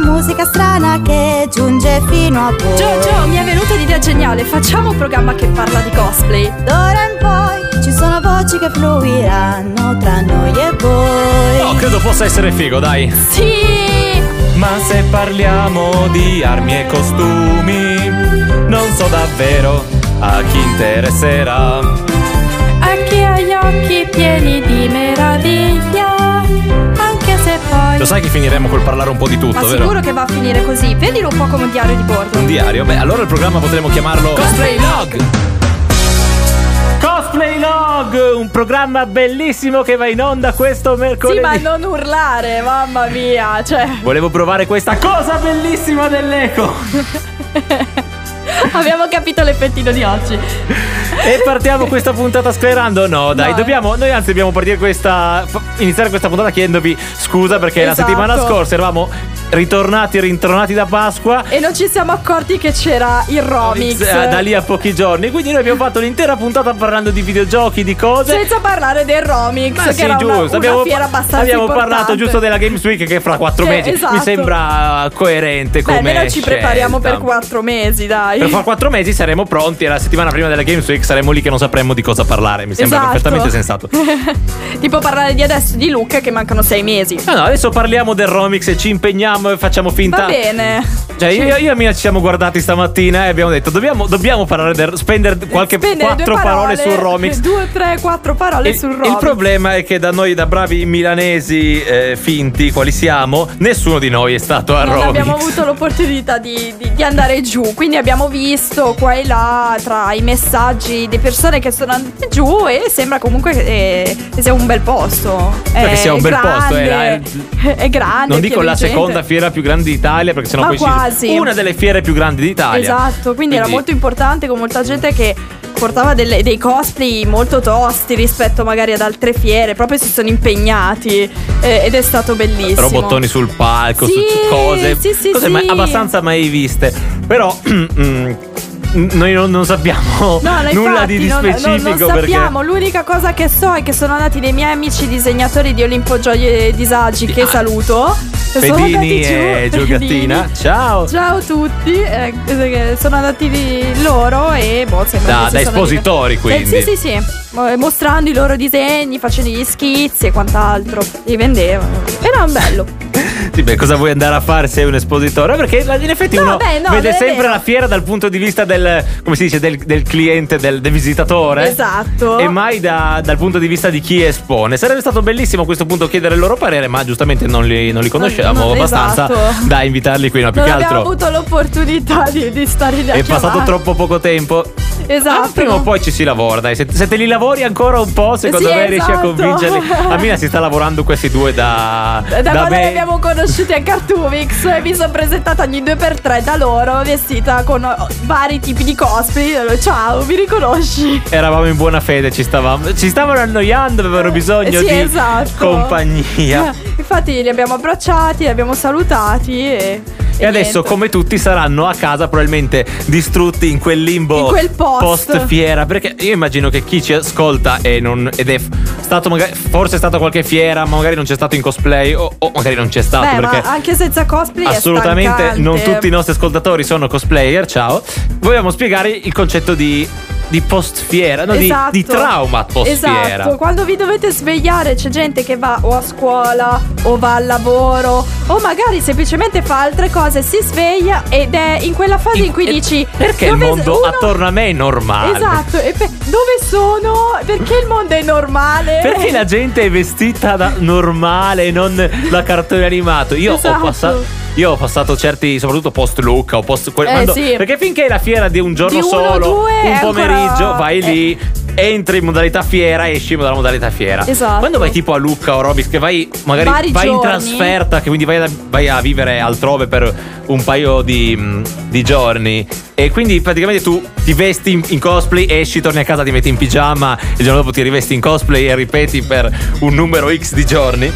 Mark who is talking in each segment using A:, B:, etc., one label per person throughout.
A: musica strana che giunge fino a voi.
B: Giorgio, mi è venuta l'idea geniale, facciamo un programma che parla di cosplay.
A: D'ora in poi ci sono voci che fluiranno tra noi e voi.
C: Oh, credo possa essere figo, dai.
B: Sì!
D: Ma se parliamo di armi e costumi, non so davvero a chi interesserà.
E: A chi ha gli occhi pieni di meraviglia, anche se poi...
C: Lo sai che finiremo col parlare un po' di tutto,
B: Ma
C: vero?
B: sicuro che va a finire così. Vedilo un po' come un diario di bordo.
C: Un diario? Beh, allora il programma potremmo chiamarlo
B: Cosplay
C: Log!
F: Cosplay Log, un programma bellissimo che va in onda questo
B: Sì,
F: mercoledì.
B: ma non urlare, mamma mia, cioè.
C: Volevo provare questa cosa.
F: Cosa bellissima dell'eco!
B: Abbiamo capito l'effettino di oggi.
F: E partiamo questa puntata sperando? No, dai,
B: No, eh.
F: dobbiamo. Noi anzi dobbiamo partire questa. fa- iniziare questa puntata chiedendovi scusa perché
B: Esatto.
F: la settimana scorsa eravamo ritornati, rintronati da Pasqua.
B: E non ci siamo accorti che c'era il Romix.
F: eh, Da lì a pochi giorni. Quindi noi abbiamo fatto l'intera puntata parlando di videogiochi, di cose.
B: Senza parlare del Romix,
F: Ma
B: che
F: sì,
B: era una,
F: giusto.
B: una
F: abbiamo
B: fiera abbastanza
F: abbiamo
B: importante.
F: parlato giusto della Games Week che fra quattro
B: Sì,
F: mesi.
B: esatto.
F: Mi sembra coerente
B: Beh,
F: come.
B: almeno ci
F: scelta.
B: prepariamo per quattro mesi, dai.
F: Per fra quattro mesi saremo pronti e la settimana prima della Games Week saremo lì che non sapremmo di cosa parlare. Mi sembra
B: Esatto.
F: perfettamente sensato.
B: tipo parlare di adesso di Luca che mancano sei mesi.
F: No, no, adesso parliamo del Romix e ci impegniamo e facciamo finta.
B: Va bene.
F: Cioè, io, io e Mina ci siamo guardati stamattina e abbiamo detto: dobbiamo, dobbiamo parlare del. spendere qualche
B: Spendere due
F: quattro parole, sul Romix.
B: Due, tre, quattro parole
F: Il,
B: sul
F: il
B: Romix.
F: problema è che da noi, da bravi milanesi eh, finti, quali siamo, nessuno di noi è stato a
B: non
F: Romix.
B: abbiamo avuto l'opportunità di, di- di andare giù, quindi abbiamo visto qua e là tra i messaggi di persone che sono andate giù e sembra comunque che, eh, che sia un bel posto.
F: Cioè che sia un bel posto, eh,
B: grande,
F: la-
B: è grande.
F: Non dico
B: pieno
F: la
B: di gente.
F: seconda fiera più grande d'Italia, perché sennò
B: Ma
F: poi
B: quasi.
F: ci. Una delle fiere più grandi d'Italia.
B: Esatto, quindi, era molto importante con molta gente che portava delle- dei cosplay molto tosti rispetto magari ad altre fiere, proprio si sono impegnati eh, ed è stato bellissimo.
F: robottoni sul palco,
B: Sì,
F: su su cose,
B: sì, sì,
F: cose
B: sì.
F: mai- abbastanza mai viste. Però mm, noi non, non
B: No,
F: sappiamo
B: no,
F: nulla
B: infatti,
F: di, di
B: non- non-
F: specifico
B: non,
F: perché
B: sappiamo. L'unica cosa che so è che sono andati dei miei amici disegnatori di Olimpo Gioie e Disagi, che
F: Ah.
B: saluto. Sono andati
F: Pedini
B: giù-
F: e Giogattina.
B: Pedini.
F: Ciao.
B: Ciao a tutti, eh, eh, sono andati di loro e boh, sembra
F: Da-
B: che si
F: da
B: sono
F: espositori,
B: divertiti. Eh,
F: quindi.
B: sì, sì, sì. Mo- Mostrando i loro disegni, facendo gli schizzi e quant'altro. Li vendevano. Era un bello.
F: Sì, beh, cosa vuoi andare a fare se sei un espositore? Perché la- in effetti
B: No,
F: uno
B: beh, no,
F: vede
B: non è
F: sempre
B: vero.
F: la fiera dal punto di vista del, come si dice, del, del cliente, del, del visitatore.
B: Esatto.
F: E mai da- dal punto di vista di chi espone. Sarebbe stato bellissimo a questo punto chiedere il loro parere, ma giustamente non li, non li conoscevamo
B: Non- non-
F: abbastanza
B: esatto.
F: da invitarli qui. No, più
B: non
F: che
B: abbiamo
F: altro
B: avuto l'opportunità di, di stare lì a
F: è passato
B: chiamare.
F: troppo poco tempo.
B: Esatto.
F: Ah, prima o poi ci si lavora, dai. Se, se te li lavori ancora un po', secondo
B: Sì,
F: me riesci a
B: esatto.
F: convincerli. A Mina si sta lavorando questi due da.
B: Da, quando
F: me-
B: li abbiamo conosciuti a Cartoomix e mi sono presentata ogni 2x3 da loro vestita con oh, vari tipi di cosplay. Loro, Ciao, mi riconosci?
F: Eravamo in buona fede, ci stavamo, ci stavano annoiando, avevano bisogno
B: Eh, Sì,
F: di
B: esatto.
F: compagnia.
B: Eh, Infatti li abbiamo abbracciati, li abbiamo salutati e...
F: E adesso,
B: niente.
F: come tutti, saranno a casa probabilmente distrutti in quel limbo
B: In quel post.
F: fiera. Perché io immagino che chi ci ascolta e non- ed è f- stato magari, forse è stato qualche fiera, ma magari non c'è stato in cosplay o, o magari non c'è stato.
B: Beh,
F: perché
B: ma anche senza cosplay è
F: assolutamente
B: stancante.
F: non tutti i nostri ascoltatori sono cosplayer. Ciao. Vogliamo spiegare il concetto di, di post fiera, no, di-
B: Esatto.
F: di, trauma post fiera.
B: Esatto, quando vi dovete svegliare c'è gente che va o a scuola o va al lavoro o magari semplicemente fa altre cose, si sveglia ed è in quella fase in, cui
F: e-
B: dici
F: Perché il
B: "Dove
F: mondo
B: uno-
F: attorno a me è normale?
B: Esatto, e pe- dove sono? Perché il mondo è normale?
F: Perché la gente è vestita da normale, non da cartone animato? Io ho
B: Esatto.
F: passato. Io ho passato certi, soprattutto post Lucca o post. que-
B: Eh,
F: quando-
B: sì.
F: Perché finché è la fiera di un giorno
B: Di uno,
F: solo,
B: due,
F: un
B: è
F: pomeriggio,
B: ancora-
F: vai
B: eh.
F: lì, entri in modalità fiera, esci dalla modalità fiera.
B: Esatto.
F: Quando vai tipo a Lucca o Robis, che vai magari
B: Vari
F: vai in
B: giorni.
F: trasferta, che quindi vai, da- vai a vivere altrove per un paio di, mh, di giorni. E quindi praticamente tu ti vesti in, in cosplay, esci, torni a casa, ti metti in pigiama, il giorno dopo ti rivesti in cosplay e ripeti per un numero X di giorni.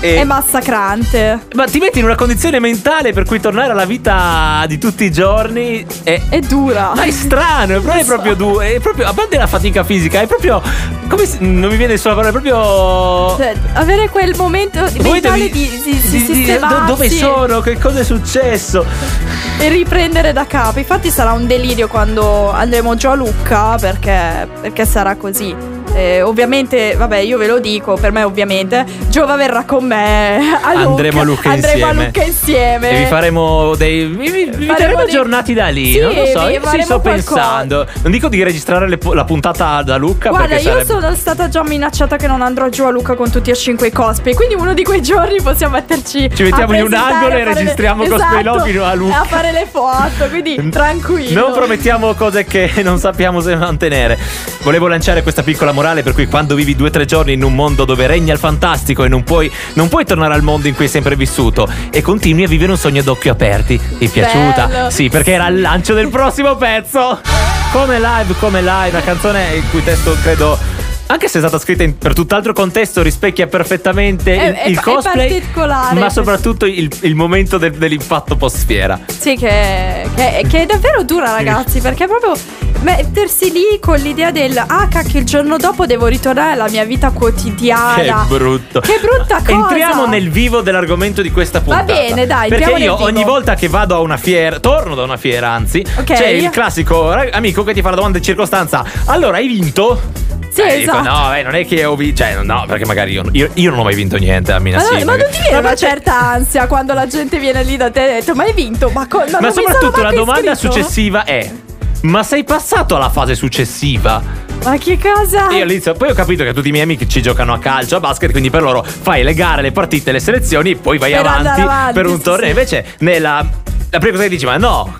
F: E-
B: È massacrante.
F: Ma ti metti in una condizione mentale per cui tornare alla vita di tutti i giorni è.
B: È dura.
F: Ma è strano, non è proprio due, è proprio, a parte la fatica fisica, è proprio, come si- non mi viene nessuna parola, è proprio...
B: Cioè, avere quel momento
F: Voi
B: mentale
F: devi-
B: di, di, di
F: di- di- do-
B: sistemarsi
F: dove sono? Che cosa è successo?
B: e riprendere da capo. Infatti sarà un delirio quando andremo giù a Lucca perché, perché sarà così. Eh, ovviamente, vabbè, io ve lo dico, per me ovviamente, Giova verrà con me a Lucca.
F: Andremo a Lucca
B: Andremo
F: insieme.
B: a Lucca insieme.
F: E vi faremo dei. Vi, vi- vi
B: Eh Faremo
F: terremo
B: dei-
F: aggiornati da lì.
B: Sì,
F: non lo so.
B: vi
F: Io ci
B: faremo
F: sto
B: qualcosa.
F: pensando. Non dico di registrare le pu- la puntata da Lucca.
B: Guarda,
F: perché
B: io
F: sarebbe...
B: sono stata già minacciata che non andrò giù a Lucca con tutti e cinque i cosplay. Quindi uno di quei giorni possiamo metterci.
F: Ci mettiamo
B: a
F: in un
B: presentare,
F: angolo
B: a
F: e
B: fare le-
F: registriamo
B: esatto,
F: cosplay lobby a Lucca.
B: A fare le foto. Quindi tranquillo.
F: Non promettiamo cose che non sappiamo se mantenere. Volevo lanciare questa piccola morale per cui quando vivi due o tre giorni in un mondo dove regna il fantastico e non puoi, non puoi tornare al mondo in cui hai sempre vissuto e continui a vivere un sogno ad occhi aperti. Ti è piaciuta?
B: Bello.
F: Sì, perché era il lancio del prossimo pezzo. Come live, come live, la canzone il cui testo credo... Anche se è stata scritta in- per tutt'altro contesto, rispecchia perfettamente
B: È-
F: il,
B: è-
F: il
B: è
F: cosplay,
B: particolare
F: ma
B: questo.
F: soprattutto il, il momento del- dell'impatto post-fiera.
B: Sì, che, che- che è davvero dura, ragazzi, perché proprio mettersi lì con l'idea del ah, cacchio, il giorno dopo devo ritornare alla mia vita quotidiana.
F: Che brutto.
B: Che brutta cosa.
F: Entriamo nel vivo dell'argomento di questa
B: Va
F: puntata.
B: bene, dai,
F: Perché
B: entriamo nel
F: io
B: vivo.
F: ogni volta che vado a una fiera, torno da una fiera, anzi,
B: Ok.
F: c'è il classico ra- amico che ti fa la domanda di circostanza. Allora, hai vinto?
B: Sì,
F: Eh, dico,
B: esatto.
F: no, eh, non è che ho vinto. Cioè, no, perché magari io, io- io non ho mai vinto niente a Mina
B: Ma,
F: sì,
B: no- ma cioè,
F: magari-
B: non ti viene
F: Ma
B: una
F: c'è-
B: certa ansia quando la gente viene lì da te e ha detto ma hai vinto? Ma, co-
F: Ma
B: non mi sono
F: soprattutto la
B: manco
F: domanda
B: iscritto?"
F: successiva è: Ma sei passato alla fase successiva?
B: Ma che cosa?
F: Io all'inizio, poi ho capito che tutti i miei amici ci giocano a calcio, a basket, quindi per loro fai le gare, le partite, le selezioni e poi vai
B: Per
F: avanti,
B: andare avanti,
F: per un
B: sì,
F: torneo.
B: sì.
F: Invece, nella. La prima cosa che dici, ma no,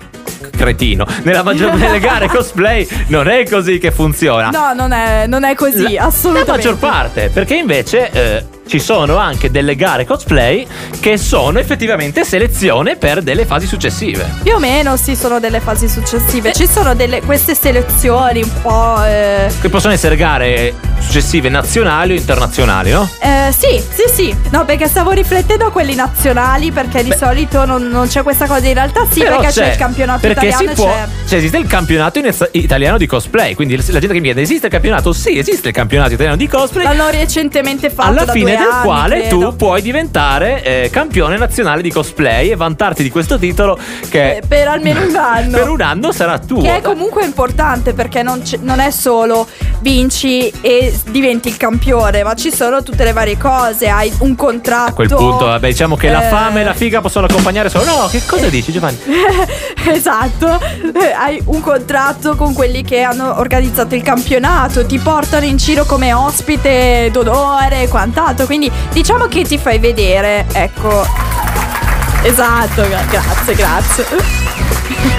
F: cretino, nella maggior parte delle gare cosplay non è così che funziona.
B: No, non è, non è così,
F: La-
B: assolutamente.
F: La maggior parte, perché invece eh, ci sono anche delle gare cosplay che sono effettivamente selezione per delle fasi successive.
B: Più o meno sì, sono delle fasi successive. Ci sono delle, queste selezioni un po'. eh,
F: Che possono essere gare successive nazionali o internazionali, no?
B: Eh, sì, sì, sì. No, perché stavo riflettendo a quelli nazionali, perché di solito non, non c'è questa cosa. In realtà sì,
F: Però
B: perché c'è, il campionato
F: perché
B: italiano.
F: si può,
B: c'è-
F: cioè, esiste il campionato in- italiano di cosplay. Quindi la gente che mi chiede: esiste il campionato? Sì, esiste il campionato italiano di cosplay.
B: L'hanno recentemente fatto.
F: alla
B: da
F: fine
B: due
F: del
B: anni,
F: quale
B: credo.
F: tu puoi diventare eh, campione nazionale di cosplay e vantarti di questo titolo che
B: Eh, per almeno un anno.
F: per un anno sarà tuo.
B: Che è comunque importante perché non, c'è- non è solo vinci e diventi il campione, ma ci sono tutte le varie cose. Hai un contratto.
F: a quel punto, vabbè, diciamo che la
B: eh,
F: fame e la figa possono accompagnare solo. No, che cosa dici, Giovanni?
B: Esatto, Eh, hai un contratto con quelli che hanno organizzato il campionato, ti portano in giro come ospite d'onore e quant'altro, quindi diciamo che ti fai vedere, ecco. Esatto, gra- grazie, grazie.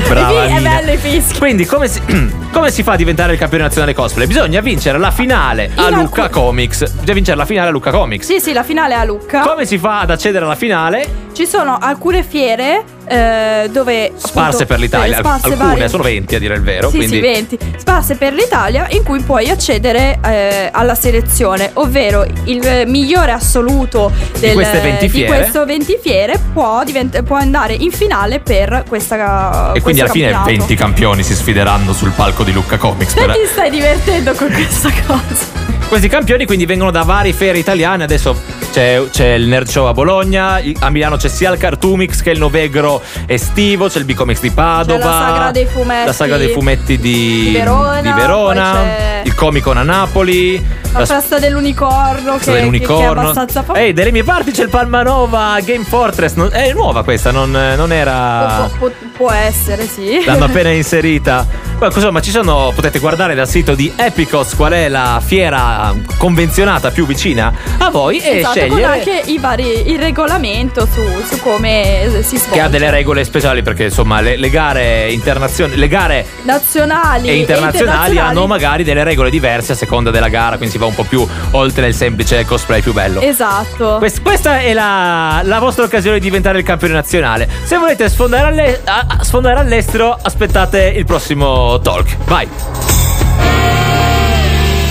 F: Brava.
B: È
F: Nina.
B: bello i fischi.
F: Quindi, come si, come si fa a diventare il campione nazionale cosplay? Bisogna vincere la finale a
B: In
F: Lucca
B: alcun-
F: Comics. Bisogna vincere la finale a Lucca Comics.
B: Sì, sì, la finale è a Lucca.
F: Come si fa ad accedere alla finale?
B: Ci sono alcune fiere eh, dove...
F: Sparse
B: appunto,
F: per l'Italia,
B: eh, sparse
F: alcune,
B: varie-
F: sono 20 a dire il vero.
B: Sì,
F: quindi
B: sì, 20. Sparse per l'Italia in cui puoi accedere eh, alla selezione, ovvero il eh, migliore assoluto del-
F: queste 20
B: di
F: fiere.
B: questo 20 fiere può, divent- può andare in finale per questa
F: E quindi alla fine 20
B: 20
F: campioni si sfideranno sul palco di Lucca Comics. per-
B: Perché ti stai divertendo con questa cosa?
F: Questi campioni quindi vengono da varie fiere italiane. Adesso c'è, c'è il Nerd Show a Bologna, i- a Milano c'è sia il Cartoomix che il Novegro estivo, c'è il Bicomics di Padova.
B: C'è la Sagra dei Fumetti-
F: La Sagra dei Fumetti di,
B: di Verona,
F: di Verona,
B: poi c'è-
F: il Comic Con a Napoli.
B: La
F: la
B: festa dell'unicorno che,
F: Questo
B: che- che è
F: dell'unicorno.
B: abbastanza famosa.
F: Ehi, dalle mie parti c'è il Palmanova Game Fortress. Non- è nuova questa, non, non era.
B: Può, può- può essere, sì.
F: L'hanno appena inserita. Ma insomma, ci sono. Potete guardare dal sito di Epicos qual è la fiera convenzionata più vicina a voi e
B: Esatto, con
F: scegliere.
B: anche i vari, il regolamento su, su come eh, si svolge.
F: Che ha delle regole speciali perché insomma le, le gare internazionali, le gare
B: nazionali
F: e internazionali, hanno magari delle regole diverse a seconda della gara, quindi si va un po' più oltre il semplice cosplay più bello.
B: Esatto.
F: Quest- questa è la, la vostra occasione di diventare il campione nazionale. Se volete sfondare, alle- a- a- sfondare all'estero, aspettate il prossimo talk. Vai.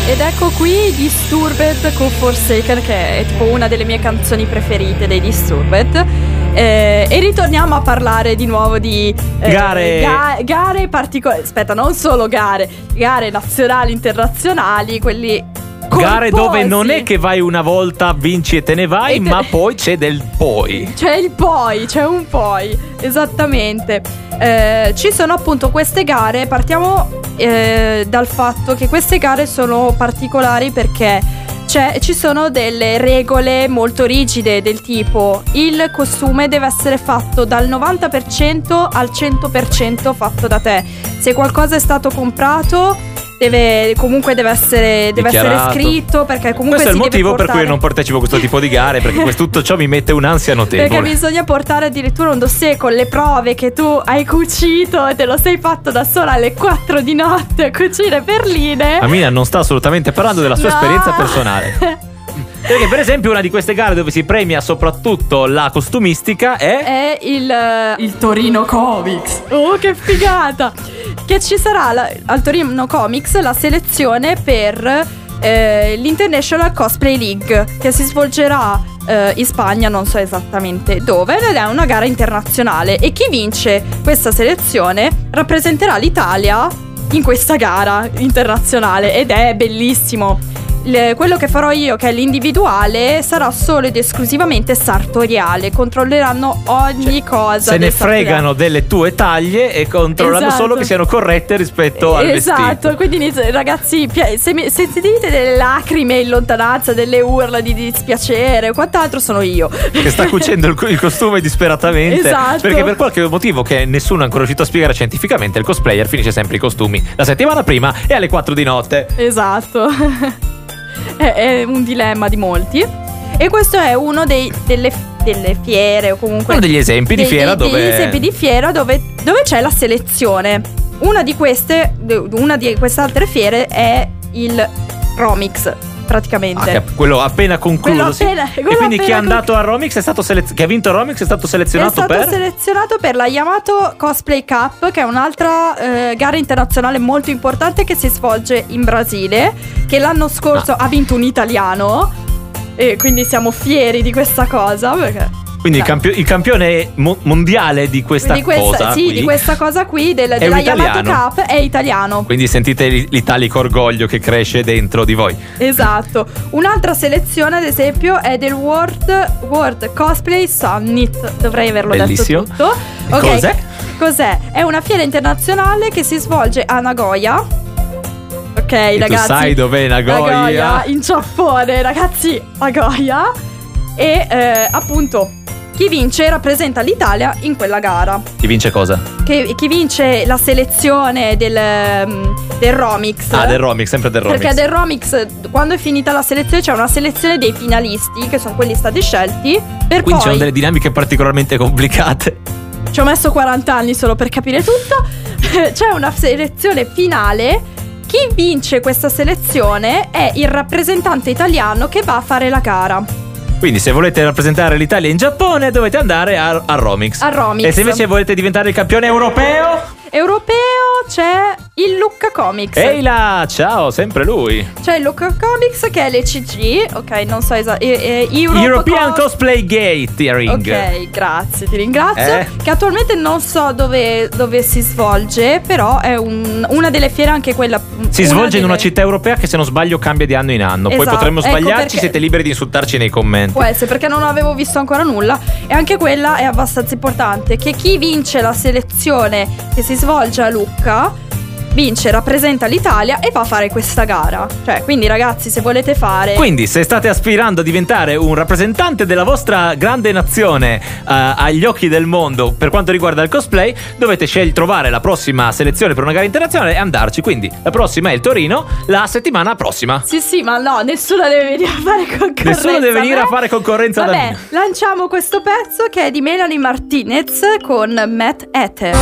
B: Ed ecco qui Disturbed con Forsaken, che è tipo una delle mie canzoni preferite dei Disturbed. Eh, e ritorniamo a parlare di nuovo di eh,
F: Gare.
B: ga- gare particolari. Aspetta, non solo gare, gare nazionali, internazionali, quelli.
F: Gare dove
B: corposi.
F: non è che vai una volta, vinci e te ne vai,
B: E te-
F: ma poi c'è del poi.
B: C'è il poi, c'è un poi, esattamente. Eh, ci sono appunto queste gare, partiamo eh, dal fatto che queste gare sono particolari perché c'è- ci sono delle regole molto rigide del tipo il costume deve essere fatto dal 90% al 100% fatto da te. Se qualcosa è stato comprato deve, comunque deve essere, deve essere
F: Dichiarato.
B: scritto perché comunque...
F: Questo è il
B: si deve
F: motivo per cui io
B: portare-
F: non partecipo a questo tipo di gare, perché questo- tutto ciò mi mette un'ansia
B: perché
F: notevole.
B: bisogna portare addirittura un dossier con le prove che tu hai cucito e te lo sei fatto da sola alle 4 di notte a cucire perline.
F: Amina non sta assolutamente parlando della sua
B: No.
F: esperienza personale. Perché, per esempio, una di queste gare dove si premia soprattutto la costumistica è.
B: È il. eh,
E: Il Torino Comics.
B: Oh, che figata! Che ci sarà la- al Torino Comics la selezione per eh, l'International Cosplay League che si svolgerà eh, in Spagna, non so esattamente dove, ed è una gara internazionale. E chi vince questa selezione rappresenterà l'Italia in questa gara internazionale ed è bellissimo. Il- quello che farò io, che è l'individuale, sarà solo ed esclusivamente sartoriale. Controlleranno ogni cosa.
F: Cioè, Se
B: del
F: ne
B: sartoriale.
F: fregano delle tue taglie e controllano
B: Esatto.
F: solo che siano corrette rispetto al vestito.
B: Esatto, quindi inizio- ragazzi, pia- se, mi- se sentite delle lacrime in lontananza, delle urla di dispiacere o quant'altro, sono io.
F: Che sta cucendo il, il costume disperatamente.
B: Esatto.
F: Perché per qualche motivo che nessuno è ancora riuscito a spiegare scientificamente, il cosplayer finisce sempre i costumi la settimana prima e alle 4 di notte.
B: Esatto. è, è un dilemma di molti. E questo è uno dei- delle, delle fiere o comunque...
F: Uno degli esempi di
B: dei-
F: fiera
B: dei-
F: dove.
B: degli esempi di fiera dove, dove c'è la selezione. Una di queste, una di queste altre fiere è il Romix,
F: Ah,
B: praticamente.
F: che- quello appena concluso.
B: Quello
F: sì.
B: appena- quello
F: e quindi chi è
B: appena
F: andato a Romix è stato selez- chi ha vinto Romix è stato
B: È
F: selezionato
B: stato
F: per.
B: selezionato per la Yamato Cosplay Cup, che è un'altra eh, gara internazionale molto importante che si svolge in Brasile, che l'anno scorso
F: Ah.
B: ha vinto un italiano. E quindi siamo fieri di questa cosa. Perché
F: quindi il, campio- il campione mo- mondiale di questa,
B: di esatto. questa,
F: cosa.
B: sì,
F: qui.
B: di questa cosa qui del-
F: È
B: della
F: un
B: Yamato
F: italiano.
B: Cup è italiano.
F: Quindi sentite l- l'italico orgoglio che cresce dentro di voi.
B: Esatto. Un'altra selezione, ad esempio, è del World, World Cosplay Summit. Dovrei averlo
F: Bellissimo.
B: detto tutto. Ok.
F: Cos'è?
B: Cos'è? È una fiera internazionale che si svolge a Nagoya. Ok,
F: E tu
B: ragazzi.
F: sai dov'è Nagoya?
B: in Giappone, ragazzi, Nagoya. E eh, appunto, chi vince rappresenta l'Italia in quella gara.
F: Chi vince cosa? Ah,
B: Che- chi vince la selezione del, mm, del Romix.
F: Ah, del Romix, sempre del Romix.
B: Perché del Romix, quando è finita la selezione, c'è una selezione dei finalisti, che sono quelli stati scelti. Per
F: Quindi
B: poi
F: c'erano delle dinamiche particolarmente complicate.
B: ci ho messo 40 anni solo per capire tutto. C'è una selezione finale. Chi vince questa selezione è il rappresentante italiano che va a fare la gara
F: Quindi, se volete rappresentare l'Italia in Giappone, dovete andare a, a Romix.
B: a Romix.
F: E se invece volete diventare il campione europeo,
B: Europeo c'è il Lucca Comics.
F: Eila, ciao, sempre lui.
B: C'è il Lucca Comics che è l'ECG, ok, non so esattamente.
F: European Cosplay Gathering.
B: Ok, grazie, ti ringrazio.
F: Eh?
B: Che attualmente non so dove, dove si svolge, però è un- una delle fiere, anche quella.
F: Si svolge in una
B: delle-
F: città europea che se non sbaglio cambia di anno in anno. Poi
B: Esatto,
F: potremmo
B: ecco
F: sbagliarci,
B: perché-
F: siete liberi di insultarci nei commenti.
B: Può essere perché non avevo visto ancora nulla e anche quella è abbastanza importante che chi vince la selezione che si svolge a Lucca vince, rappresenta l'Italia e va a fare questa gara. Cioè, quindi ragazzi, se volete fare
F: Quindi, se state aspirando a diventare un rappresentante della vostra grande nazione eh, agli occhi del mondo per quanto riguarda il cosplay, dovete scel- trovare la prossima selezione per una gara internazionale e andarci. Quindi, la prossima è il Torino, la settimana prossima.
B: Sì, sì, ma no, nessuno deve venire a fare concorrenza.
F: Nessuno deve venire
B: me.
F: a fare concorrenza da
B: Vabbè,
F: me.
B: lanciamo questo pezzo che è di Melanie Martinez con Matt Ether.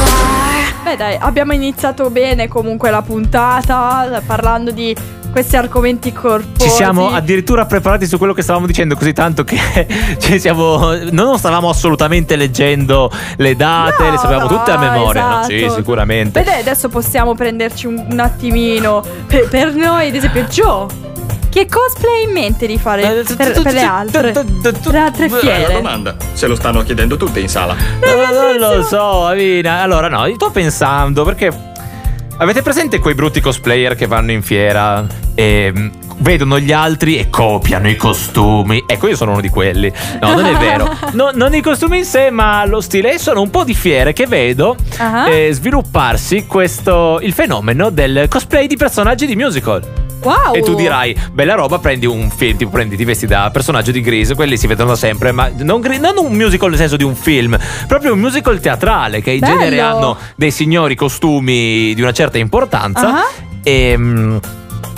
B: Beh dai, abbiamo iniziato bene comunque la puntata parlando di questi argomenti corposi.
F: Ci siamo addirittura preparati su quello che stavamo dicendo così tanto che ci siamo. Non stavamo assolutamente leggendo le date,
B: No,
F: le sapevamo
B: no,
F: tutte a memoria. no? Sì,
B: esatto.
F: sicuramente.
B: Beh, dai, adesso possiamo prenderci un, un attimino. Per, per noi, ad esempio, Joe. Che cosplay hai in mente di fare per, per le altre? Per le altre
G: È la
B: fiere?
G: domanda. Se lo stanno chiedendo tutte in sala.
F: No, Eh, non lo so, Avina. Allora, no, io sto pensando perché. Avete presente quei brutti cosplayer che vanno in fiera e mm, vedono gli altri e copiano i costumi? Ecco, io sono uno di quelli. No, non è vero. No, non i costumi in sé, ma lo stile. E sono un po' di fiere che vedo
B: Ah.
F: eh, svilupparsi questo, il fenomeno del cosplay di personaggi di musical.
B: Wow!
F: E tu dirai, bella roba, prendi un film, tipo prendi, ti vesti da personaggio di Grease, quelli si vedono sempre, ma non, Grease- non un musical nel senso di un film, proprio un musical teatrale che in
B: Bello.
F: genere hanno dei signori costumi di una certa importanza
B: Ah.
F: ehm,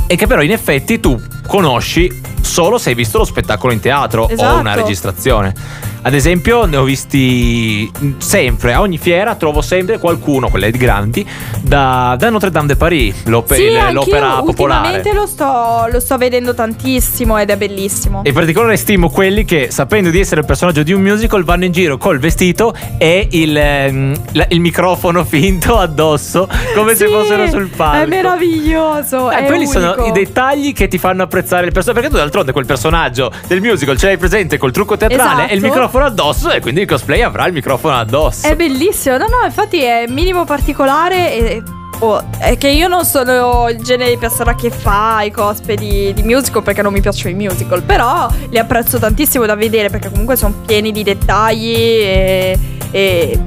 F: e, che però in effetti tu conosci solo se hai visto lo spettacolo in teatro o una
B: Esatto.
F: registrazione. Ad esempio, ne ho visti sempre, a ogni fiera trovo sempre qualcuno, quelle grandi, da, da Notre Dame de Paris, l'ope-
B: Sì,
F: il-
B: anch'io
F: l'opera popolare.
B: ultimamente lo sto, lo sto vedendo tantissimo ed è bellissimo.
F: E in particolare stimo quelli che, sapendo di essere il personaggio di un musical, vanno in giro col vestito e il, ehm, la- il microfono finto addosso, come se
B: Sì,
F: fossero sul palco.
B: È meraviglioso.
F: Eh,
B: è
F: quelli sono
B: unico.
F: i dettagli che ti fanno apprezzare il personaggio. Perché tu, d'altronde, quel personaggio del musical ce l'hai presente col trucco teatrale
B: Esatto.
F: e il microfono addosso, e quindi il cosplay avrà il microfono addosso.
B: È bellissimo, no, no, infatti è minimo particolare e. oh, è che io non sono il genere di persona che fa i cosplay di, di musical perché non mi piacciono i musical, però li apprezzo tantissimo da vedere perché comunque sono pieni di dettagli e- e-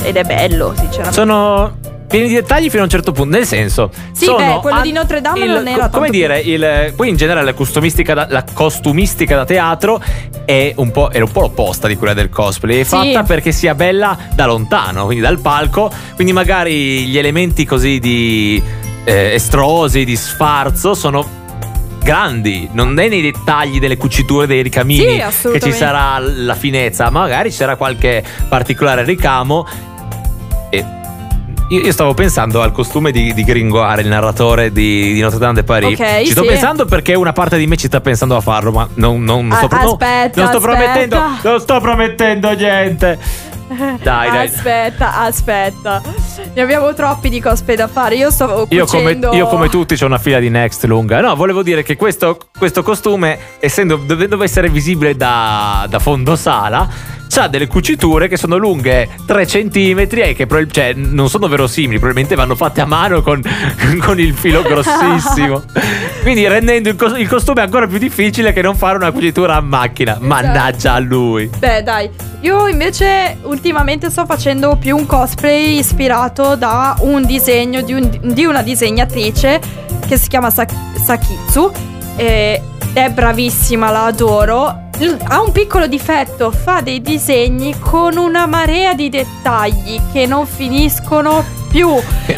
B: ed è bello, sinceramente.
F: Sono pieni di dettagli fino a un certo punto, nel senso.
B: Sì,
F: sono
B: beh, quello
F: an-
B: di Notre Dame
F: il-
B: non era
F: co- Come
B: tanto
F: dire, il- poi in generale la costumistica da, la costumistica da teatro è un, po', è un po' l'opposta di quella del cosplay. È
B: Sì.
F: fatta perché sia bella da lontano, quindi dal palco. Quindi magari gli elementi così di eh, estrosi, di sfarzo sono. Grandi, non è nei dettagli delle cuciture dei
B: Sì,
F: ricamini che ci
B: assolutamente.
F: sarà la finezza, ma magari ci sarà qualche particolare ricamo e io, io stavo pensando al costume di, di Gringoire, il narratore di, di Notre Dame de Paris.
B: Ok,
F: ci sto
B: sì.
F: pensando perché una parte di me ci sta pensando a farlo, ma non, non
B: Ah,
F: sto, pro- no,
B: aspetta,
F: non sto
B: aspetta.
F: promettendo. Non sto promettendo niente. Dai, dai.
B: Aspetta, aspetta. Ne abbiamo troppi di cosplay da fare. Io sto
F: Io come,
B: cucendo-
F: io come tutti ho una fila di next lunga. No, volevo dire che questo, questo costume, essendo dovendo essere visibile da, da fondosala, ha delle cuciture che sono lunghe 3 cm e che prob- cioè, non sono verosimili, probabilmente vanno fatte a mano con, con il filo grossissimo. Quindi rendendo il, cos- il costume ancora più difficile che non fare una cucitura a macchina. Mannaggia a lui.
B: Beh, dai, io invece ultimamente sto facendo più un cosplay ispirato da un disegno di, un- di una disegnatrice che si chiama Sa- Sakitsu. eh, è bravissima, la adoro. L- ha un piccolo difetto, fa dei disegni con una marea di dettagli che non finiscono più.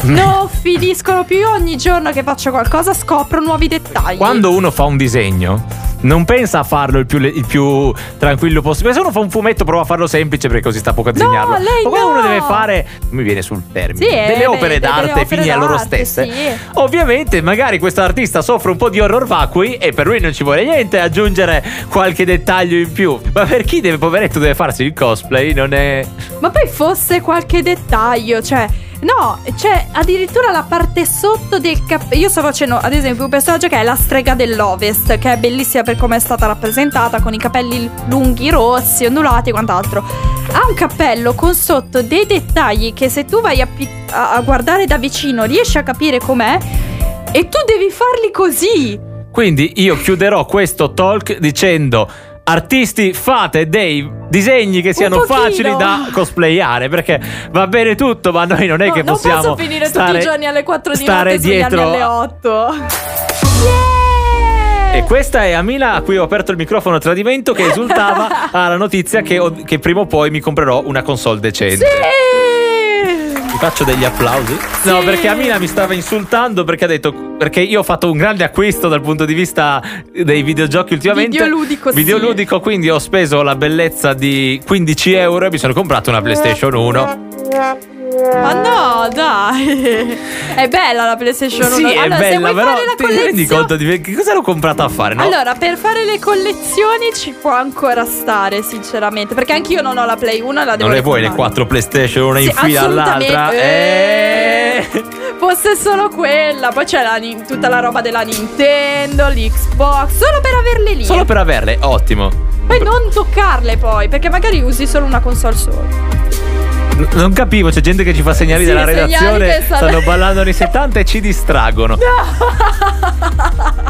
B: Non finiscono più. Io Ogni giorno che faccio qualcosa scopro nuovi dettagli.
F: Quando uno fa un disegno, non pensa a farlo il più, il più tranquillo possibile. Se uno fa un fumetto, prova a farlo semplice perché così sta poco a disegnarlo.
B: lei
F: Ma quando
B: no!
F: uno deve fare, mi viene sul termine,
B: Sì, eh,
F: delle
B: beh,
F: opere
B: delle
F: d'arte
B: opere
F: fini a loro
B: d'arte,
F: stesse.
B: sì.
F: Ovviamente, magari questo artista soffre un po' di horror vacui e per lui non ci vuole niente aggiungere qualche dettaglio in più. Ma per chi deve, poveretto, deve farsi il cosplay, non è.
B: Ma poi fosse qualche dettaglio, cioè. No, c'è addirittura la parte sotto del cappello. Io sto facendo, ad esempio, un personaggio che è la strega dell'Ovest, che è bellissima per come è stata rappresentata, con i capelli lunghi, rossi, ondulati e quant'altro. Ha un cappello con sotto dei dettagli che se tu vai a, pi- a- a guardare da vicino riesci a capire com'è. E tu devi farli così.
F: Quindi io chiuderò questo talk dicendo artisti fate dei disegni che siano
B: pochino.
F: facili da cosplayare perché va bene tutto ma noi non è
B: No,
F: che
B: non
F: possiamo
B: posso finire
F: stare,
B: tutti i giorni alle 4 di
F: stare
B: notte e svegliarmi
F: dietro
B: alle 8.
F: e questa è Amila a cui ho aperto il microfono a tradimento che esultava alla notizia che, ho- che prima o poi mi comprerò una console decente
B: Sì!
F: Ti faccio degli applausi. No, perché Amina mi stava insultando perché ha detto. Perché io ho fatto un grande acquisto dal punto di vista dei videogiochi ultimamente.
B: Videoludico, sì.
F: Videoludico, quindi ho speso la bellezza di 15 euro e mi sono comprato una PlayStation 1.
B: Ma no, dai. È bella la PlayStation 1.
F: Sì,
B: allora,
F: è
B: se
F: bella,
B: vuoi
F: però
B: fare la
F: ti rendi
B: collezio-
F: conto di che cosa l'ho comprata a fare, no?
B: Allora, per fare le collezioni ci può ancora stare, sinceramente. Perché anch'io non ho la Play 1 e la devo
F: non le vuoi le
B: reclamare.
F: quattro PlayStation una in
B: Sì,
F: fila
B: assolutamente.
F: all'altra?
B: Eh.
F: Eh.
B: Fosse solo quella, poi c'è la Nin- tutta la roba della Nintendo, l'Xbox, solo per averle lì.
F: Solo per averle, ottimo.
B: Poi non toccarle poi, perché magari usi solo una console sola.
F: N- non capivo, c'è gente che ci fa segnali
B: Sì,
F: dalla
B: segnali
F: redazione,
B: che stanno-
F: stanno ballando anni 70 e ci distraggono.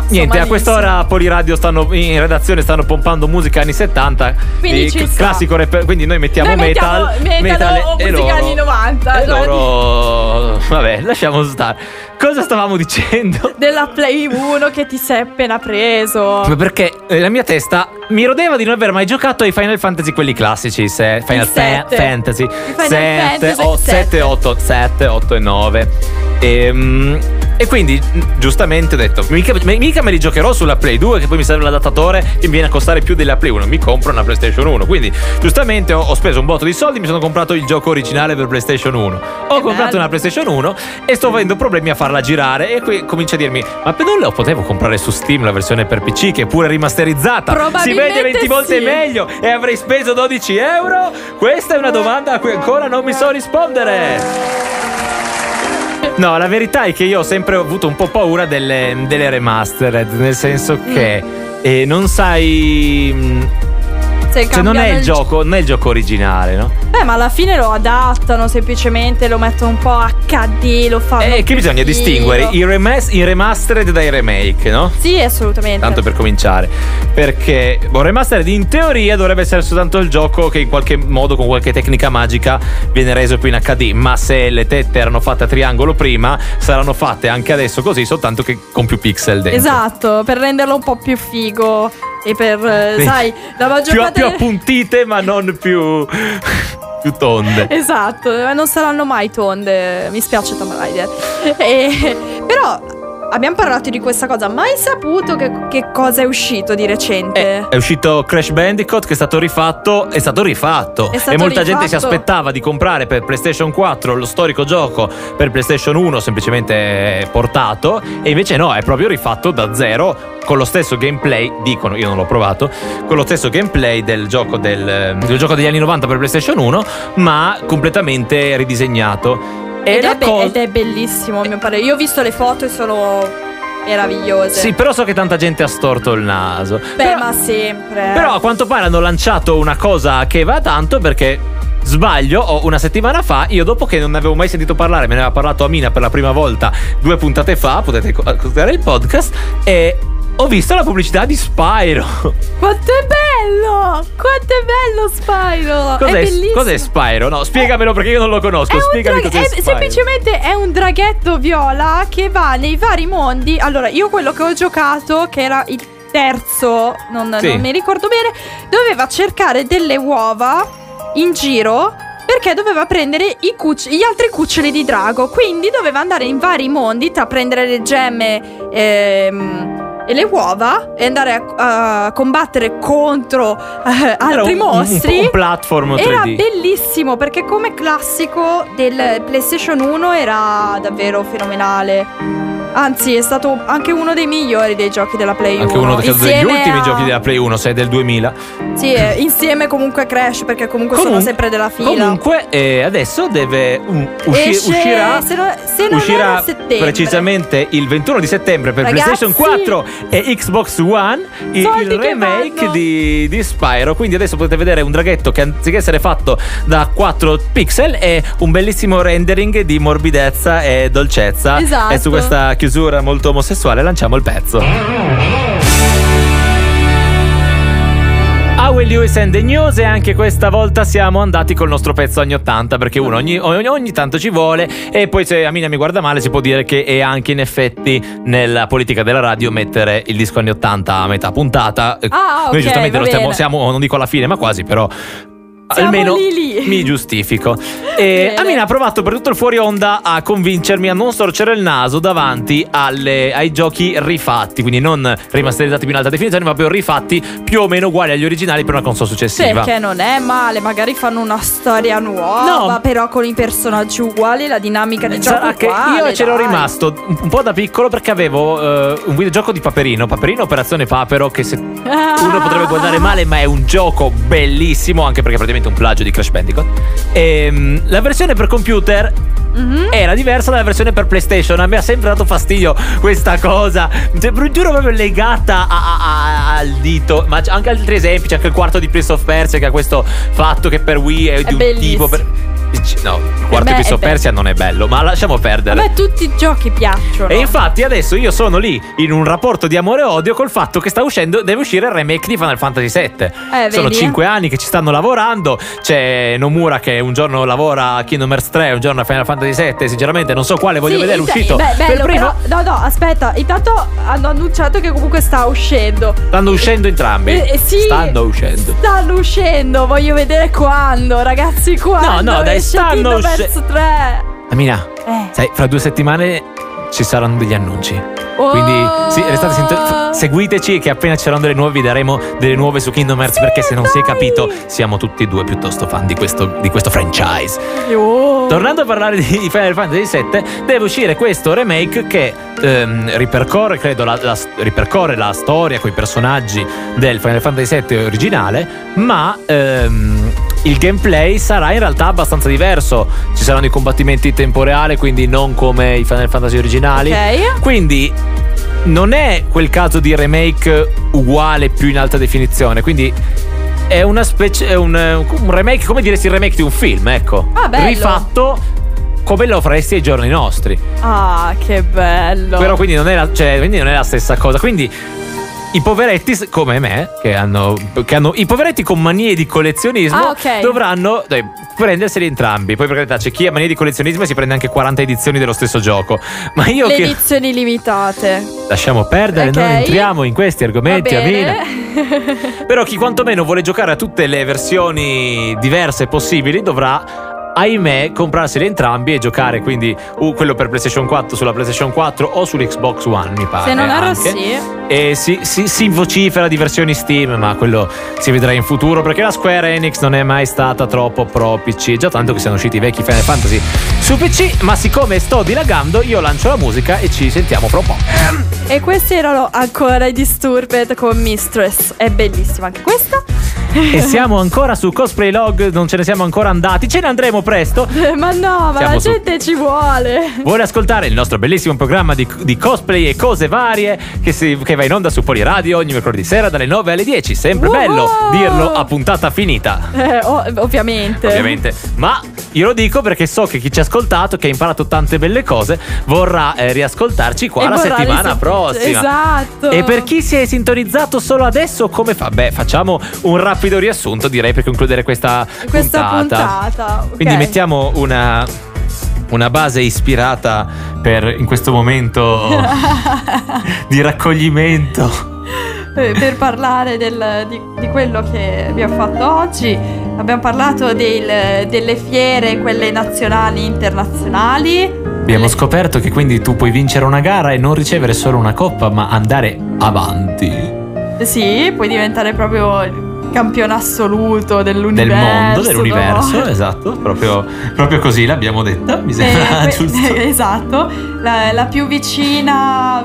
F: Niente,
B: malissimo.
F: a quest'ora a Poliradio stanno in redazione stanno pompando musica anni 70.
B: Quindi
F: eh,
B: ci
F: cl-
B: sta.
F: classico rap, quindi noi mettiamo
B: Noi mettiamo
F: metal,
B: metal o
F: e
B: musica
F: loro-
B: anni 90,
F: E
B: cioè-
F: loro vabbè, lasciamo stare. Cosa stavamo dicendo?
B: Della Play 1 che ti sei appena preso.
F: Ma Perché eh, la mia testa mi rodeva di non aver mai giocato ai Final Fantasy quelli classici, se- Final Fa-
B: sette.
F: Fantasy
B: Final
F: 7,
B: Fantasy sette.
F: 8, 7, 8 e 9. Ehm, E, quindi mh, giustamente ho detto, mica, mi- mica me li giocherò sulla Play 2 che poi mi serve l'adattatore e mi viene a costare più della Play 1, mi compro una PlayStation 1. Quindi giustamente ho, ho speso un botto di soldi, mi sono comprato il gioco originale per PlayStation 1. Ho
B: Che
F: comprato
B: bello.
F: una PlayStation 1 e sto avendo problemi a farla girare e qui comincia a dirmi, ma per non la potevo comprare su Steam la versione per PC che è pure rimasterizzata? fatta. Si
B: Probabilmente
F: vende 20 volte
B: sì.
F: meglio e avrei speso 12 euro? Questa è una domanda a cui ancora non mi so rispondere. No, la verità è che io ho sempre avuto un po' paura delle, delle remastered, nel senso
B: Mm.
F: che eh, non sai... mm,
B: Se
F: Cioè non
B: cambiano
F: è il gioco, non è il gioco originale, no?
B: Beh, Eh, ma alla fine lo adattano semplicemente, lo mettono un po' HD, lo fanno.
F: Eh, che
B: più
F: bisogna
B: figo.
F: distinguere i, remas- i remastered dai remake, no?
B: Sì, assolutamente.
F: Tanto per cominciare, perché boh, Remastered in teoria dovrebbe essere soltanto il gioco che in qualche modo, con qualche tecnica magica, viene reso più in HD. Ma se le tette erano fatte a triangolo prima, saranno fatte anche adesso così, soltanto che con più pixel dentro.
B: Esatto, per renderlo un po' più figo e per, eh,
F: Sì.
B: sai, la maggior
F: Più,
B: parte...
F: più
B: delle-
F: appuntite, ma non più, più tonde.
B: Esatto, eh, non saranno mai tonde, mi spiace Tom Rider. E- Però abbiamo parlato di questa cosa, mai saputo che, che cosa è uscito di recente?
F: È uscito Crash Bandicoot che è stato rifatto, è stato rifatto.
B: È stato
F: e molta gente si
B: rifatto.
F: aspettava di comprare per PlayStation 4 lo storico gioco per PlayStation 1 semplicemente portato e invece no, è proprio rifatto da zero con lo stesso gameplay, dicono, io non l'ho provato, con lo stesso gameplay del gioco, del, del gioco degli anni 90 per PlayStation 1, ma completamente ridisegnato. E
B: ed,
F: la
B: è be-
F: cosa-
B: ed è bellissimo a mio parere. Io ho visto le foto e sono meravigliose.
F: Sì, però so che tanta gente ha storto il naso.
B: Beh,
F: Però-
B: ma sempre.
F: Però a quanto pare hanno lanciato una cosa che va tanto perché. Sbaglio, o una settimana fa, io dopo che non ne avevo mai sentito parlare, me ne aveva parlato Amina per la prima volta due puntate fa, potete co- ascoltare il podcast, e ho visto la pubblicità di Spyro.
B: Quanto Oh, è bello! Quanto è bello Spyro!
F: Cos'è,
B: è bellissimo.
F: cos'è Spyro? No, spiegamelo perché io non lo conosco,
B: È un
F: spiegami
B: drag-
F: cos'è
B: è-
F: Spyro.
B: semplicemente è un draghetto viola che va nei vari mondi. Allora, io quello che ho giocato, che era il terzo, non,
F: Sì.
B: non mi ricordo bene, doveva cercare delle uova in giro. Perché doveva prendere i cuc- gli altri cuccioli di drago. Quindi doveva andare in vari mondi tra prendere le gemme ehm, e le uova e andare a, a combattere contro eh,
F: Ah, Era
B: altri
F: un- un-
B: mostri.
F: Un, platform 3D.
B: Era bellissimo perché come classico del PlayStation 1 era davvero fenomenale. Anzi, è stato anche uno dei migliori dei giochi della Play 1.
F: Anche uno degli
B: Insieme
F: ultimi
B: a-
F: giochi della Play 1, se è del 2000.
B: Sì, eh, insieme comunque a Crash perché comunque sono
F: Comun-
B: sempre della fila.
F: Comunque, eh, adesso deve mm, usci-
B: Esce-
F: uscirà.
B: se no- se non era a
F: uscirà
B: settembre.
F: precisamente il 21 di settembre per
B: Ragazzi!
F: PlayStation 4 e Xbox One i-
B: Soldi
F: il
B: che
F: remake
B: vanno!
F: di, di Spyro. Quindi adesso potete vedere un draghetto che anziché essere fatto da 4 pixel è un bellissimo rendering di morbidezza e dolcezza.
B: Esatto.
F: E su questa chiusura molto omosessuale lanciamo il pezzo. Ah, Will Lewis and the News e anche questa volta siamo andati col nostro pezzo anni 80 perché uno ogni, ogni- ogni tanto ci vuole e poi se Amina mi guarda male si può dire che è anche in effetti nella politica della radio mettere il disco anni 80 a metà puntata.
B: Ah, ok,
F: Noi giustamente
B: va
F: lo stiamo,
B: bene.
F: siamo, non dico alla fine ma quasi però
B: Siamo
F: almeno
B: lì lì.
F: mi giustifico. E
B: Bene.
F: Amina ha provato per tutto il fuori onda a convincermi a non storcere il naso davanti alle- ai giochi rifatti, quindi non rimasterizzati più in alta definizione, ma proprio rifatti più o meno uguali agli originali per una console successiva.
B: Perché non è male, magari fanno una storia nuova,
F: No. Eh,
B: però con i personaggi uguali, la dinamica di gioco
F: Sarà Cioè, ah, che
B: uguale,
F: io ce l'ho
B: dai.
F: rimasto un un po' da piccolo perché avevo eh, un videogioco di Paperino, Paperino Operazione Papero che se
B: Ah.
F: uno potrebbe guardare male ma è un gioco bellissimo anche perché è praticamente un plagio di Crash Bandicoot. Ehm, la versione per computer
B: Mhm. Mm-hmm.
F: era diversa dalla versione per PlayStation, a me ha sempre dato fastidio questa cosa, Cioè, vi giuro proprio legata a- a- a- al dito, ma c'è anche altri esempi, c'è anche il quarto di Prince of Persia che ha questo fatto che per Wii è, di un
B: bellissimo.
F: tipo... Per... No, il quarto
B: beh,
F: di Prince
B: è
F: of
B: bello.
F: Persia non è bello, ma lasciamo
B: A
F: perdere.
B: me tutti i giochi piacciono.
F: E infatti adesso io sono lì in un rapporto di amore e odio col fatto che sta uscendo, deve uscire il remake di Final Fantasy VII.
B: vedi,
F: sono
B: eh.
F: 5 anni che ci stanno lavorando, c'è Nomura che un giorno lavora a Kingdom Hearts 3, un giorno a Final Fantasy VII, sinceramente non so quale voglio
B: Sì,
F: vedere
B: in-
F: uscito.
B: beh,
F: per
B: bello,
F: primo
B: però- no, no, aspetta. Intanto hanno annunciato che comunque sta uscendo.
F: stanno uscendo entrambi.
B: Eh, eh, sì.
F: Stanno uscendo.
B: Stanno uscendo, voglio vedere quando, ragazzi, quando.
F: No, no, dai,
B: esce
F: stanno
B: Kingdom
F: usce-
B: Hearts 3.
F: Amina,
B: Eh.
F: sai, fra due settimane ci saranno degli annunci.
B: Oh.
F: Quindi sì, restate sinto- f- seguiteci che appena ci saranno delle nuove vi daremo delle nuove su Kingdom Hearts
B: Sì,
F: perché se non si è
B: dai.
F: capito siamo tutti e due piuttosto fan di questo, di questo franchise.
B: Oh.
F: Tornando a parlare di Final Fantasy VII, deve uscire questo remake che ehm, ripercorre, credo, la, la- ripercorre la storia con i personaggi del Final Fantasy VII originale, ma ehm, il gameplay sarà in realtà abbastanza diverso. Ci saranno i combattimenti in tempo reale, quindi non come i Final Fantasy originali.
B: Ok.
F: Quindi non è quel caso di remake uguale più in alta definizione, quindi è una specie è un, eh, un remake, come diresti il remake di un film, ecco.
B: Ah, bello.
F: Rifatto come lo faresti ai giorni nostri.
B: Ah, che bello.
F: Però quindi non, è la, cioè, quindi non è la stessa cosa. Quindi i poveretti, s- come me, che hanno, che hanno- i poveretti con manie di collezionismo,
B: Ah, ok.
F: dovranno dai, prenderseli entrambi. Poi per carità c'è chi ha manie di collezionismo e si prende anche 40 edizioni dello stesso gioco. Ma io
B: Le
F: che...
B: edizioni limitate.
F: Lasciamo perdere,
B: Ok.
F: non entriamo in questi argomenti,
B: Va bene.
F: Amina. Però chi quantomeno vuole giocare a tutte le versioni diverse possibili dovrà, ahimè, comprarseli entrambi e giocare quindi uh, quello per PlayStation 4 sulla PlayStation 4 o sull'Xbox One, mi pare.
B: Se non erro,
F: anche.
B: sì.
F: E si, si- si vocifera di versioni Steam, ma quello si vedrà in futuro perché la Square Enix non è mai stata troppo pro PC. Già tanto che siano usciti i vecchi Final Fantasy su PC, ma siccome sto dilagando, io lancio la musica e ci sentiamo fra un po'.
B: E questi erano ancora i Disturbed con Mistress. È bellissima anche questa.
F: E siamo ancora su Cosplay Log, non ce ne siamo ancora andati, ce ne andremo presto.
B: Eh, Ma no, ma
F: Siamo
B: la
F: su-
B: gente ci vuole.
F: Vuole ascoltare il nostro bellissimo programma di, di cosplay e cose varie che, si- che va in onda su Poliradio ogni mercoledì sera dalle 9 alle 10. Sempre
B: Wow!
F: bello dirlo a puntata finita.
B: Eh, ov- ovviamente.
F: Ovviamente, ma io lo dico perché so che chi ci ha ascoltato, che ha imparato tante belle cose, vorrà eh, riascoltarci qua
B: E
F: la
B: vorrà
F: settimana
B: risent-
F: prossima.
B: Esatto.
F: E per chi si è sintonizzato solo adesso, come fa? Beh, facciamo un rapido riassunto, direi, per concludere questa,
B: Questa puntata, ok.
F: Quindi mettiamo una, una base ispirata per in questo momento di raccoglimento.
B: Eh, per parlare del- di, di quello che abbiamo fatto oggi. Abbiamo parlato del- delle fiere, quelle nazionali e internazionali.
F: Abbiamo scoperto che quindi tu puoi vincere una gara e non ricevere solo una coppa, ma andare avanti.
B: Sì, puoi diventare proprio il campione assoluto
F: Del
B: dell'universo.
F: mondo,
B: no?
F: dell'universo, esatto, proprio, proprio così l'abbiamo detta, mi sembra
B: Eh, que-
F: Ah, giusto.
B: esatto, la, la più vicina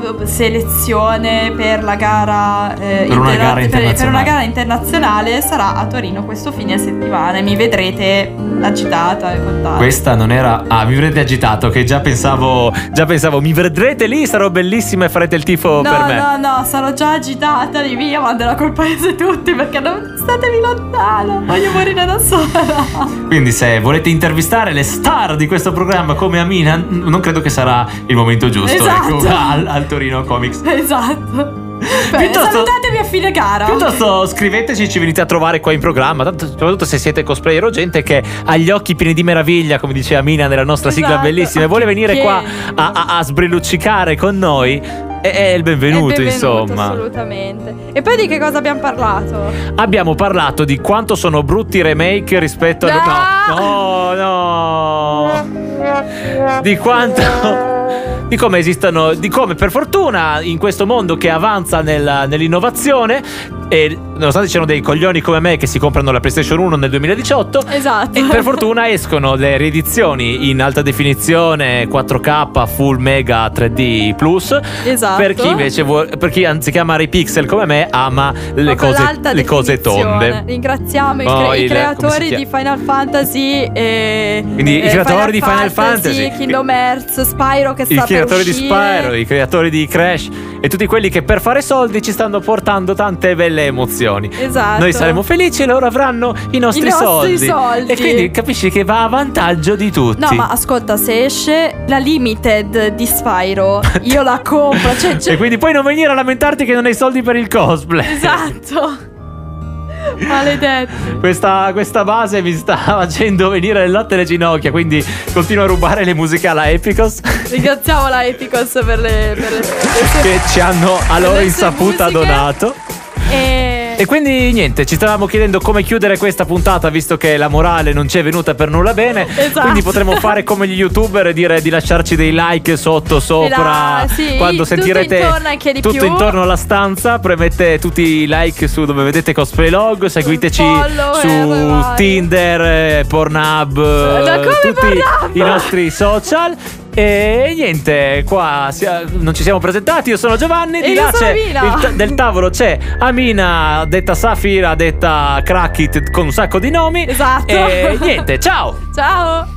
B: selezione per la gara, eh,
F: Per
B: interna-
F: una gara
B: per- per
F: internazionale.
B: una gara internazionale sarà a Torino questo fine settimana e mi vedrete agitata e contata.
F: Questa non era. Ah, mi vedrete agitato, che già pensavo. Già pensavo, mi vedrete lì, sarò bellissima e farete il
B: No,
F: tifo per me.
B: no, no, sarò già agitata di via, manderò col paese tutti perché non statevi lontano, voglio morire da sola.
F: Quindi, se volete intervistare le star di questo programma come Amina, n- non credo che sarà il momento giusto
B: Esatto.
F: ecco, al, al Torino Comics.
B: esatto. Beh,
F: Piuttosto-
B: salutatemi a fine gara.
F: Piuttosto scriveteci, ci venite a trovare qua in programma. Tanto, soprattutto se siete cosplayer o gente che ha gli occhi pieni di meraviglia, come diceva Mina nella nostra sigla
B: Esatto.
F: bellissima, e vuole venire qua
B: Pieni.
F: a, a- a sbrilluccicare con noi. è, è il benvenuto,
B: È benvenuto,
F: insomma.
B: Assolutamente. E poi di che cosa abbiamo parlato?
F: Abbiamo parlato di quanto sono brutti i remake rispetto a.
B: No!
F: No, no, no. Di quanto. Di come esistano, di come per fortuna in questo mondo che avanza nella- nell'innovazione, e nonostante c'erano dei coglioni come me che si comprano la PlayStation 1 nel 2018,
B: Esatto.
F: e per fortuna escono le riedizioni in alta definizione 4K Full Mega 3D Plus.
B: Esatto.
F: Per chi invece vuole, per chi anziché amare i pixel come me,
B: Ma
F: ama le,
B: con
F: cose,
B: l'alta
F: le cose
B: definizione.
F: tonde.
B: Ringraziamo i,
F: Oh,
B: cre- i
F: il- come si
B: creatori
F: chia-
B: di Final Fantasy. E,
F: Quindi i
B: e
F: creatori di Final Fantasy.
B: Kingdom Hearts, Spyro che sta
F: I
B: per
F: creatori di
B: uscire.
F: Spyro, i creatori di Crash e tutti quelli che per fare soldi ci stanno portando tante belle emozioni.
B: Esatto.
F: Noi saremo felici e loro avranno i nostri,
B: I nostri soldi.
F: E quindi capisci che va a vantaggio di tutti.
B: No, ma ascolta, se esce la limited di Spyro, io la compro. Cioè, cioè-
F: E quindi poi non venire a lamentarti che non hai soldi per il cosplay.
B: Esatto. Maledetti.
F: Questa, questa base mi sta facendo venire il latte alle ginocchia, quindi continuo a rubare le musiche alla Epicos
B: Ringraziamo la Epicos per le. Per le-
F: che ci hanno a loro
B: Adesso
F: insaputa
B: musiche.
F: donato.
B: E-
F: E quindi niente, ci stavamo chiedendo come chiudere questa puntata visto che la morale non ci è venuta per nulla bene.
B: Esatto.
F: Quindi potremmo fare come gli youtuber e dire di lasciarci dei like sotto, sopra.
B: là, sì,
F: quando
B: tutto
F: sentirete
B: intorno anche di
F: tutto
B: più.
F: intorno alla stanza, premette tutti i like su dove vedete cosplay log, seguiteci
B: follow,
F: su
B: eh, vai, vai.
F: Tinder, eh, Pornhub,
B: Da
F: eh,
B: come
F: tutti
B: Pornhub?
F: i nostri social. E niente, qua sia- non ci siamo presentati. Io sono Giovanni.
B: E
F: di
B: io
F: là
B: sono
F: c'è
B: Mina.
F: il ta- del tavolo c'è Amina, detta Safira, detta Crackit con un sacco di nomi.
B: Esatto.
F: E niente, ciao!
B: Ciao.